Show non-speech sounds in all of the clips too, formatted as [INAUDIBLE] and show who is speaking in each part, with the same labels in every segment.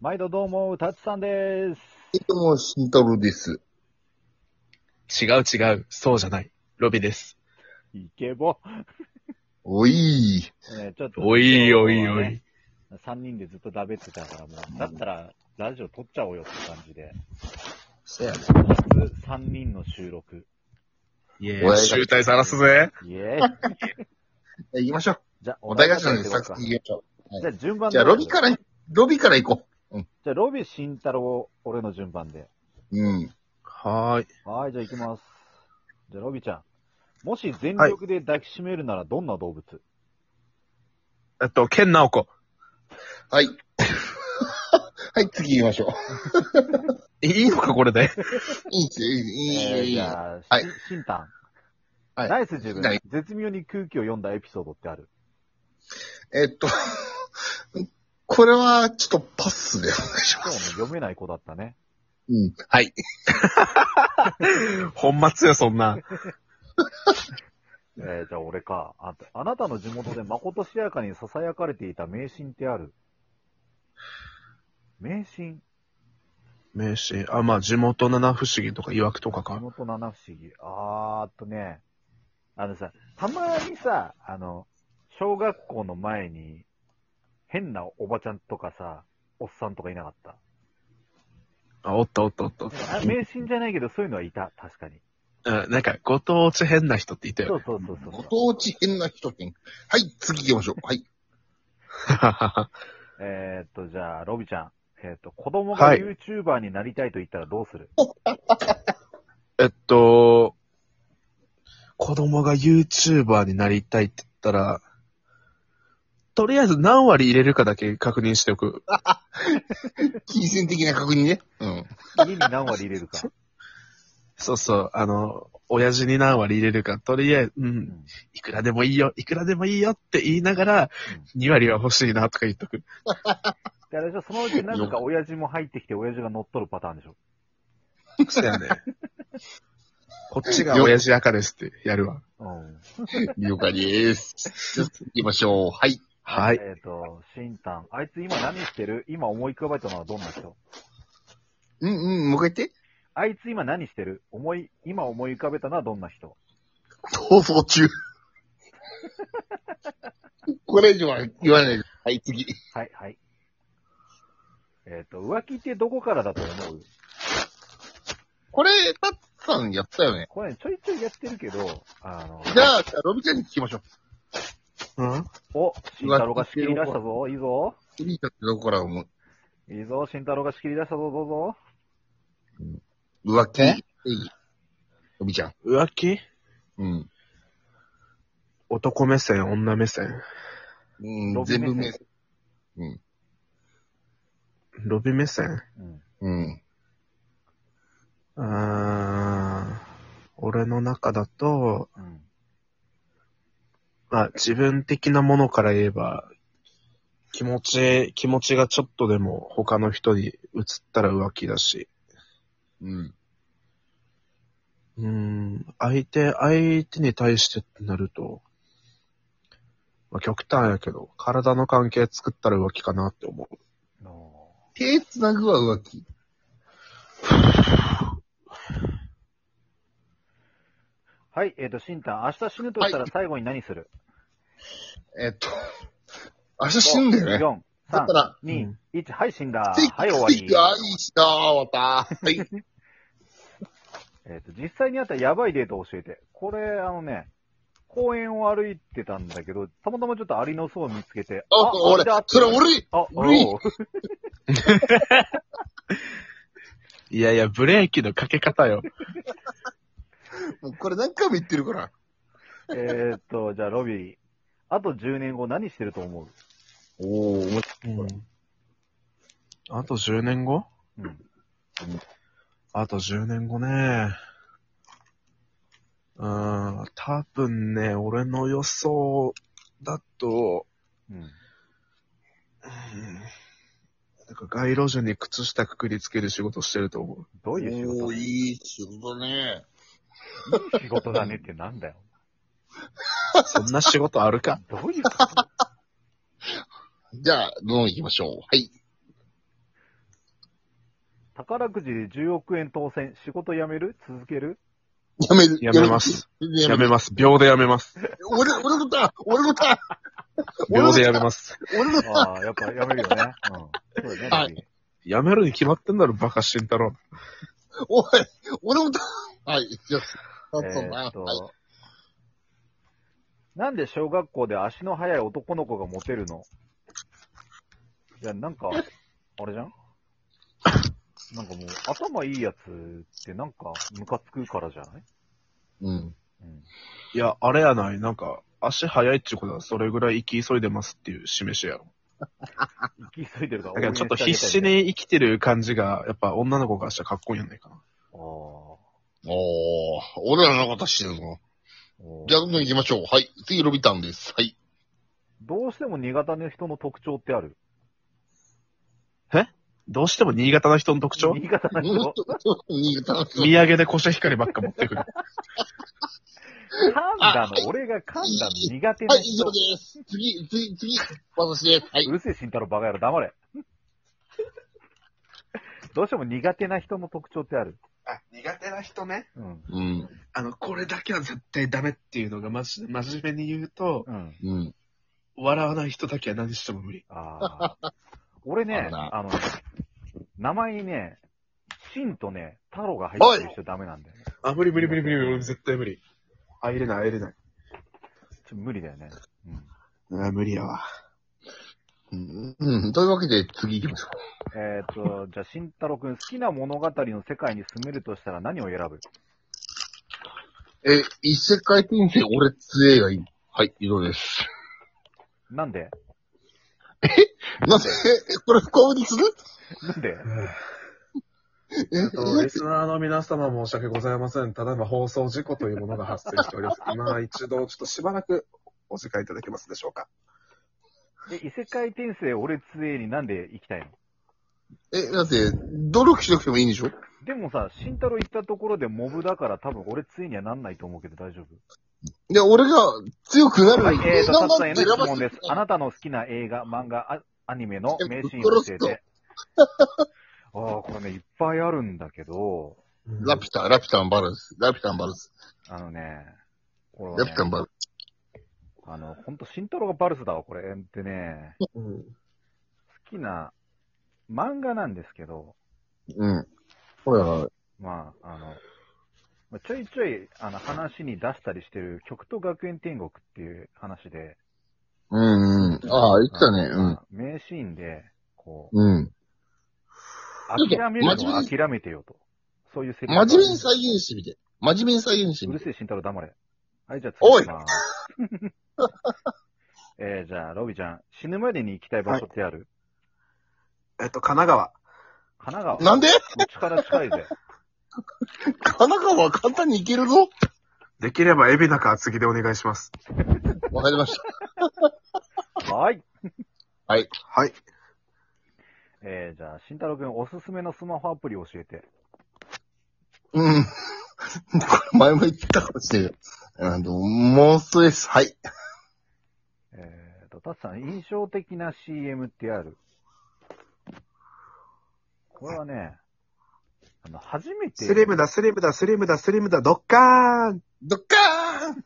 Speaker 1: 毎度どうも、たつさんです。
Speaker 2: いとも、慎太郎です。
Speaker 3: 違う違う、そうじゃない。ロビです。
Speaker 1: イケボ。
Speaker 2: おい
Speaker 1: ね、ちょっと、
Speaker 3: おいおいお
Speaker 1: 今日はね
Speaker 3: い。。
Speaker 1: 3人でずっとだべってたから、もう、だったら、ラジオ撮っちゃおうよって感じで。
Speaker 2: そやね。
Speaker 1: 初3人の収録。
Speaker 3: い
Speaker 2: お
Speaker 3: や
Speaker 2: い
Speaker 3: 集大さらすぜ。
Speaker 1: イエ
Speaker 2: [LAUGHS]
Speaker 1: ーイ。
Speaker 2: 行きましょう。
Speaker 1: じゃあ、
Speaker 2: お題出した
Speaker 1: の
Speaker 2: ので、サクサク行きましょ
Speaker 1: じゃあ、順番
Speaker 2: う。
Speaker 1: で
Speaker 2: じゃあ、ロビから、ロビから行こ
Speaker 1: じゃあ、ロビ、慎太郎、俺の順番で。
Speaker 2: う。うん。
Speaker 3: はーい。
Speaker 1: はーい、じゃあ行きます。じゃあ、ロビちゃん。もし全力で抱きしめるなら、どんな動物、
Speaker 3: えっと、ケンナオコ。
Speaker 2: はい。 [LAUGHS] はい、次行きましょう。
Speaker 3: いいのか、これで。 [LAUGHS]
Speaker 2: いいっすよ、いいっすよ
Speaker 1: えー
Speaker 2: いいっすよいいっす
Speaker 1: じ
Speaker 2: よ
Speaker 1: ゃあ、
Speaker 2: はい
Speaker 1: しシンタン。
Speaker 2: はい
Speaker 1: ナイス自分
Speaker 2: はい。
Speaker 1: 絶妙に空気を読んだエピソードってある。
Speaker 2: えっと、 [LAUGHS] これは、ちょっとパスでお願いし
Speaker 1: 今
Speaker 2: ま
Speaker 1: 日も
Speaker 2: す。
Speaker 1: 読めない子だったね。
Speaker 2: うん。はい。
Speaker 3: 本末よ、そんな。
Speaker 1: えーじゃあ俺か。あとあなたの地元で誠しやかに囁かれていた迷信ってある迷信
Speaker 3: 名刺。あ、まあ、地元七不思議とか曰くとか
Speaker 1: 地
Speaker 3: か。
Speaker 1: 元七不思議。あーっとね、あのさ、たまにさ、あの、小学校の前に、変なおばちゃんとかさ、おっさんとかいなかった。
Speaker 3: あ、おったおったおった。
Speaker 2: [LAUGHS]
Speaker 1: あ迷信じゃないけど、そういうのはいた、確かに。
Speaker 3: うん、なんか、ご当地変な人っていた
Speaker 1: そ
Speaker 3: よ。
Speaker 1: うそうそうそう。
Speaker 2: ご当地変な人って。はい、次行きましょう。はい。
Speaker 1: えーっと、じゃあ、ロビちゃん。えーっと、子供
Speaker 3: は
Speaker 1: が
Speaker 3: い
Speaker 1: YouTuber になりたいと言ったらどうす
Speaker 3: [LAUGHS]
Speaker 1: る、
Speaker 3: [LAUGHS] えっと、子供が YouTuber になりたいって言ったら、とりあえず何割入れるかだけ確認しておく。
Speaker 2: 金銭的な確認ね。うん。
Speaker 1: 家に何割入れるか。
Speaker 3: そうそう、あの、親父に何割入れるか、とりあえず、う、
Speaker 1: うんん
Speaker 3: いくらでもいいよ、いくらでもいいよって言いながら、2割は欲しいなとか言っとく。
Speaker 1: で、あれでしょ、そのうちなぜか親父も入ってきて、親父が乗っ取るパターンでしょ。
Speaker 3: そう [LAUGHS] やね。こっちが親父赤ですってやるわ。
Speaker 1: うん。
Speaker 2: 了解です。じゃあ次行きましょう。はい。
Speaker 3: はい。
Speaker 1: えーっと、シンタン。あいつ今何してる今思い浮かばれたのはどんな人
Speaker 2: うんうん、もう一回言って。
Speaker 1: あいつ今何してる思い、今思い浮かべたのはどんな人
Speaker 2: 逃走中。 [LAUGHS] これ以上は言わないで。はい、次。
Speaker 1: はい、はい。えーっと、浮気ってどこからだと思う
Speaker 2: これ、タッツさんやったよね。
Speaker 1: これね、ちょいちょいやってるけど、あの、
Speaker 2: じゃあ、じゃあロビちゃんに聞きましょう。
Speaker 3: うん
Speaker 1: お、シンタロが仕切り出したぞ。いいぞ。
Speaker 2: ロビちゃんってどこから思う
Speaker 1: いいぞ、慎太郎が仕切り出したぞ、どうぞ。
Speaker 2: 浮気
Speaker 3: え
Speaker 2: ロビちゃん。
Speaker 3: 浮気
Speaker 2: うん。
Speaker 3: 男目線、女目線。
Speaker 2: う
Speaker 1: ロ
Speaker 2: ん、
Speaker 1: ビ
Speaker 2: 全部
Speaker 1: 目
Speaker 2: 目
Speaker 1: 線。
Speaker 3: ロビ目線。
Speaker 1: うん。
Speaker 2: うん。
Speaker 3: うーん。俺の中だと、
Speaker 1: うん。
Speaker 3: まあ自分的なものから言えば、気持ち、気持ちがちょっとでも他の人に移ったら浮気だし。
Speaker 2: うん。
Speaker 3: うーん、相手、相手に対してってなると、まあ、極端やけど、体の関係作ったら浮気かなって思う。
Speaker 1: の
Speaker 2: 手繋ぐは浮気。
Speaker 1: はい、えっ、と、シンタン、明日死ぬとしたら最後に何する、
Speaker 2: えっと、 [LAUGHS] 明日死ぬんだよ
Speaker 1: 四
Speaker 2: ね。だ
Speaker 1: 三
Speaker 2: ったら、
Speaker 1: 4、
Speaker 3: う
Speaker 1: 3、2、1、はい、死んだ。
Speaker 2: スイ
Speaker 1: は
Speaker 2: ッ
Speaker 1: い、終わ
Speaker 2: チ、スイッチ、あ、い
Speaker 1: り。
Speaker 2: いしなまた。はい。
Speaker 1: えっ、と、実際にあったやばいデートを教えて。これ、あのね、公園を歩いてたんだけど、たまたまちょっとアリの巣を見つけて、
Speaker 2: あ、俺
Speaker 1: だっ、て
Speaker 2: それ俺、
Speaker 1: あ、
Speaker 2: 俺
Speaker 1: おう [LAUGHS]
Speaker 3: いやいや、ブレーキのかけ方よ。
Speaker 2: もうこれ何回も言ってるから。
Speaker 1: えっと、じゃあ、ロビー、あと10年後何してると思う
Speaker 2: おー、面白
Speaker 3: あと10年後
Speaker 1: うん。
Speaker 3: あと10年後ね。うーん、多分ね、俺の予想だと、
Speaker 1: うん。
Speaker 3: うんなんか街路樹に靴下くくりつける仕事してると思う。
Speaker 1: どういう仕
Speaker 2: お
Speaker 1: 事
Speaker 2: ー、いい仕事ね。
Speaker 1: 仕事だねってなんだよ。
Speaker 3: そんな仕事あるか。
Speaker 1: どういうこと
Speaker 2: じゃあ、どんどん行きましょう。はい。
Speaker 1: 宝くじ10億円当選、仕事辞める続ける
Speaker 2: やめる。
Speaker 3: やめます。
Speaker 2: や
Speaker 3: や
Speaker 2: め
Speaker 3: め
Speaker 2: る。
Speaker 3: ます。秒でやめます。
Speaker 2: 俺、俺のターン俺のターン
Speaker 3: 秒でやめます。
Speaker 2: 俺のターン
Speaker 1: ああ、やっぱやめるよね。うん。そうだね。
Speaker 2: はい
Speaker 3: やめるに決まってんだろ、バカ慎太郎。
Speaker 2: おい、俺のターンはい、じゃあ、
Speaker 1: え
Speaker 2: そう
Speaker 1: ー
Speaker 2: な
Speaker 1: っと
Speaker 2: はい。
Speaker 1: なんで小学校で足の速い男の子がモテるのいや、なんか、あれじゃんなんかもう、頭いいやつってなんか、ムカつくからじゃない
Speaker 2: うん。
Speaker 1: うん。
Speaker 3: いや、あれやない。なんか、足早いってことは、それぐらい生き急いでますっていう示しやろ。
Speaker 1: 生き急いでるから
Speaker 3: だからちょっと必死。に生きてる感じが、やっぱ女の子からしたらかっこいいんじゃないかな。
Speaker 1: 応
Speaker 2: おー、俺らのことしてるぞ。
Speaker 1: 援
Speaker 2: じ
Speaker 1: した
Speaker 2: ゃあ、
Speaker 1: い
Speaker 2: どん
Speaker 1: みたい
Speaker 2: どん行きましょう。はい。次、ロビタンです。はい。
Speaker 1: どうしても新潟の人の特徴ってある
Speaker 3: どうしても新潟の人の特徴
Speaker 1: 新潟の
Speaker 2: [LAUGHS]
Speaker 3: [LAUGHS]
Speaker 1: 人。
Speaker 2: 新潟の人。
Speaker 3: 土産でコシヒカリばっか持ってくる。
Speaker 1: 噛んだの、俺が噛んだの苦手
Speaker 2: は、
Speaker 1: ない
Speaker 2: 以上
Speaker 1: 人。。
Speaker 2: です。次、次、次、私です。はいう
Speaker 1: るせえ、慎太郎バカ野郎、黙れ。 [LAUGHS] どうしても苦手な人の特徴ってある
Speaker 3: あ、苦手な人ね。
Speaker 1: うん。
Speaker 2: うん、
Speaker 3: あの、これだけは絶対ダメっていうのが、まじ、真面目に言うと、
Speaker 1: うん。
Speaker 2: うん。
Speaker 3: 笑わない人だけは何しても無理。
Speaker 1: ああ。俺
Speaker 2: あ
Speaker 1: ね
Speaker 2: る、な
Speaker 1: あの、名前にね、ンとね、太郎が入ってる人ダメなんだよね。
Speaker 3: あ、無理無理無理無理無理、俺絶対無理。入れない入れない。
Speaker 1: ちょ無理だよね。うん。
Speaker 3: あ、無理やわ。
Speaker 2: うんうん。というわけで、次行きましょ
Speaker 1: えっ、と、じゃあ、慎太郎くん、好きな物語の世界に住めるとしたら何を選ぶ
Speaker 2: う。え、異世界転生、俺強いがいい。はい、以上です。
Speaker 1: なんで
Speaker 2: なんで、えこれ不幸にする
Speaker 1: なんで
Speaker 3: [LAUGHS] えっと、リスナーの皆様申し訳ございません。ただいま放送事故というものが発生しており [LAUGHS] ます。今一度、ちょっとしばらくお時間いただけますでしょうか。
Speaker 1: え、異世界転生俺つえになんで行きたいの
Speaker 2: え、だって、努力しなくてもいいんでしょ
Speaker 1: でもさ、慎太郎行ったところでモブだから多分俺つえにはなんないと思うけど大丈夫
Speaker 2: で、俺が強くなる。
Speaker 1: はい、えーと、
Speaker 2: な
Speaker 1: サツ
Speaker 2: んか
Speaker 1: さんへの質問です
Speaker 2: 選ばせ。て
Speaker 1: あなたの好きな映画、漫画、あアニメの名シーンを教え
Speaker 2: [LAUGHS]
Speaker 1: て。ああ、これね、いっぱいあるんだけど、
Speaker 2: ラピュタ、ラピュタンバルス。ラピュタンバルス。
Speaker 1: あのね、これは
Speaker 2: ラピ
Speaker 1: ね
Speaker 2: ュタ、ンバルス。
Speaker 1: あの、ほんと、慎太郎がバルスだわ、これ。でね、好
Speaker 3: うん
Speaker 1: きな漫画なんですけど、
Speaker 2: うん。ほら、はい
Speaker 1: まあ、あの、まあちょいちょい、あの、話に出したりしてる、曲と学園天国っていう話で、
Speaker 2: うんうん。ああ、言ってたね。
Speaker 1: あのまあ名シーンで、こう、
Speaker 2: うん。うん。
Speaker 1: 諦める
Speaker 2: ち
Speaker 1: の
Speaker 2: ょ
Speaker 1: は
Speaker 2: っと真面目に
Speaker 1: 諦めてよと。そういうセリフがある
Speaker 2: 真面目に再現してみて。真面目に再現して
Speaker 1: う
Speaker 2: み
Speaker 1: る
Speaker 2: て。
Speaker 1: せえ、慎太郎黙れ。はい、じゃあ
Speaker 2: おい
Speaker 1: 次行きます。 [LAUGHS] えー、じゃあ、ロビちゃん、死ぬまでに行きたい場所ってある、
Speaker 3: えっと、神奈川。
Speaker 1: 神奈川。
Speaker 2: なんで
Speaker 1: うちから近いぜ。 [LAUGHS]
Speaker 2: 神奈川は簡単に行けるぞ。
Speaker 3: できれば、海老名か厚木でお願いします。
Speaker 2: わかりました。
Speaker 1: はい。
Speaker 3: はい。
Speaker 1: えー、じゃあ、慎太郎くん、おすすめのスマホアプリ教えて。
Speaker 2: うん。これ前も言ったかもしれない。あの、モンストです。はい。
Speaker 1: えーと、タツさん、印象的な CM ってあるこれはね、あの、初めて、
Speaker 3: だ、スリムだ、スリムだ、スリムだ、ドッカーン
Speaker 2: ドッカーン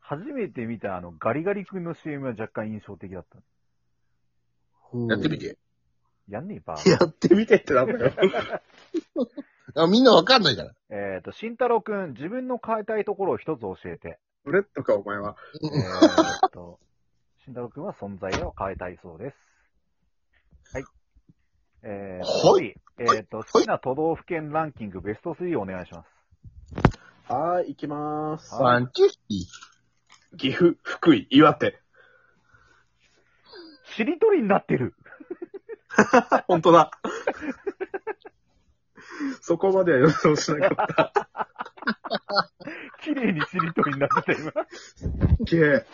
Speaker 1: 初めて見たあの、ガリガリ君の CM は若干印象的だった。
Speaker 2: やってみ。て。
Speaker 1: やんねえば。
Speaker 3: やってみてってなんだ [LAUGHS] よ。
Speaker 2: あみんなわかんないから。
Speaker 1: えーと、慎太郎くん、自分の変えたいところを一つ教えて。
Speaker 3: ブレッドか、お前は。
Speaker 1: え
Speaker 2: うん
Speaker 1: ーっと、慎太郎くんは存在を変えたいそうです。はい。えー、
Speaker 2: は
Speaker 1: 次えーっと、好きな都道府県ランキングベスト3をお願いします。
Speaker 3: はーい、行きまーす
Speaker 1: は
Speaker 2: ワン、チュッキ
Speaker 3: 岐阜、福井、岩手。
Speaker 1: しりとりになってる [LAUGHS]
Speaker 3: 本当だ。 [LAUGHS] そこまでは予想しなかっ
Speaker 1: 綺麗にしりとりになってた、 [LAUGHS] 今。い
Speaker 3: た。すっげえ。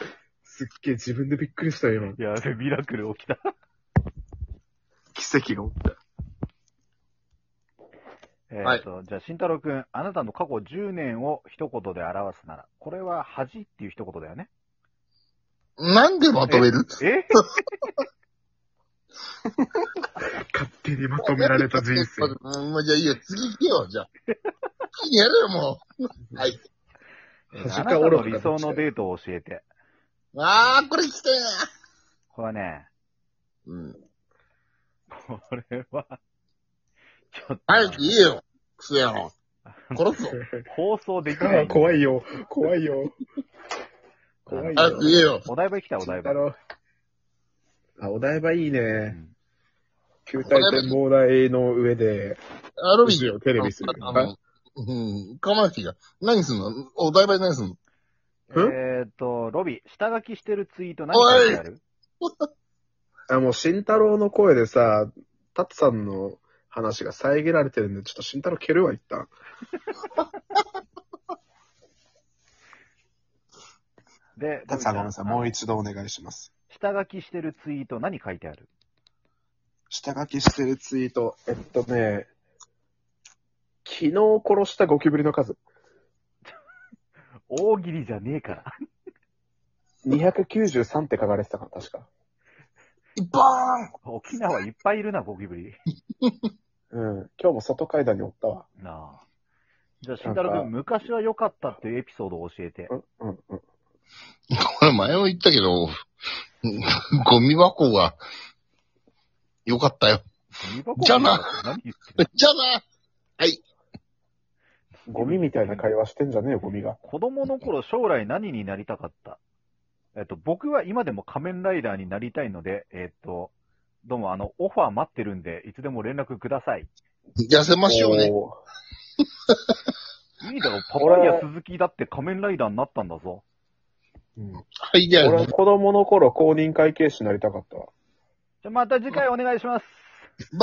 Speaker 3: すっげえ、自分でびっくりしたよ、今。
Speaker 1: やべ、ミラクル起きた。
Speaker 3: 奇跡が起きた。
Speaker 1: えーっと、じゃあ、慎太郎くん、あなたの過去10年を一言で表すなら、これは恥っていう一言だよ [LAUGHS] ね。
Speaker 2: ー。なんでまとめる
Speaker 1: え
Speaker 3: 勝
Speaker 4: 手にまとめられた人生。
Speaker 2: [LAUGHS] うん、まあ、じゃあいいよ、次行けよ、じゃあ。次やれよ、もう。はい。
Speaker 1: あなたの理想のデートを教えて。
Speaker 2: あー、これ聞きたいな。
Speaker 1: これはね、
Speaker 2: うん。
Speaker 1: これは、ちょっと、
Speaker 2: 早く言えよ、クソ野郎。殺す
Speaker 3: [LAUGHS]
Speaker 2: ぞ。
Speaker 1: 放送でき
Speaker 3: あ
Speaker 1: な
Speaker 3: あ
Speaker 1: い。
Speaker 3: [LAUGHS] 怖い
Speaker 1: よ。
Speaker 3: よ。怖いよ。怖いよ
Speaker 2: 早く言えよ。
Speaker 1: お台場来た、お台
Speaker 3: あ
Speaker 1: 場。
Speaker 3: の、あ、お台場いいうね。
Speaker 1: ん
Speaker 3: 球体展望台の上で、
Speaker 2: アロビー
Speaker 3: ビデオテレビする。
Speaker 2: あの、うん、かまなきが。何すんのお台場で何すんの
Speaker 1: えっと、ロビー、下書きしてるツイート何書いてある
Speaker 3: あ、もう、慎太郎の声でさ、タツさんの話が遮られてるんで、ちょっと慎太郎蹴るわ、一旦。
Speaker 1: で、
Speaker 4: たつさんごめんなさい。もう一度お願いします。
Speaker 1: 下書きしてるツイート何書いてある
Speaker 4: 下書きしてるツイート。
Speaker 3: えっとね、昨日殺したゴキブリの数、
Speaker 1: 大喜利じゃねえから。
Speaker 3: 293って書かれてたから、確か。
Speaker 2: バ
Speaker 1: 沖縄いっぱいいるな、ゴキブリ。
Speaker 3: うん。今日も外階段におったわ。
Speaker 1: なあ。じゃあ、慎太郎君、昔は良かったっていうエピソードを教えて
Speaker 3: う。ん、うん、うん。
Speaker 2: ーンこれ前も言ったけど、 [LAUGHS] ゴミ箱が、よかったよ。じゃな
Speaker 1: 何言ってる
Speaker 2: じゃあな
Speaker 3: ゴミみたいな会話してんじゃねえよ、ゴミが。
Speaker 1: 子供の頃、将来何になりたかったえっと、僕は今でも仮面ライダーになりたいので、えっと、どうも、あの、オファー待ってるんで、いつでも連絡ください。
Speaker 2: 痩せましょうね。
Speaker 3: おー
Speaker 1: いいだろ、パパイヤ鈴木だって仮面ライダーになったんだぞ。
Speaker 2: はい、じゃあ
Speaker 3: 俺、は子供の頃公認会計士になりたかったわ。
Speaker 1: じゃあ、また次回お願いします。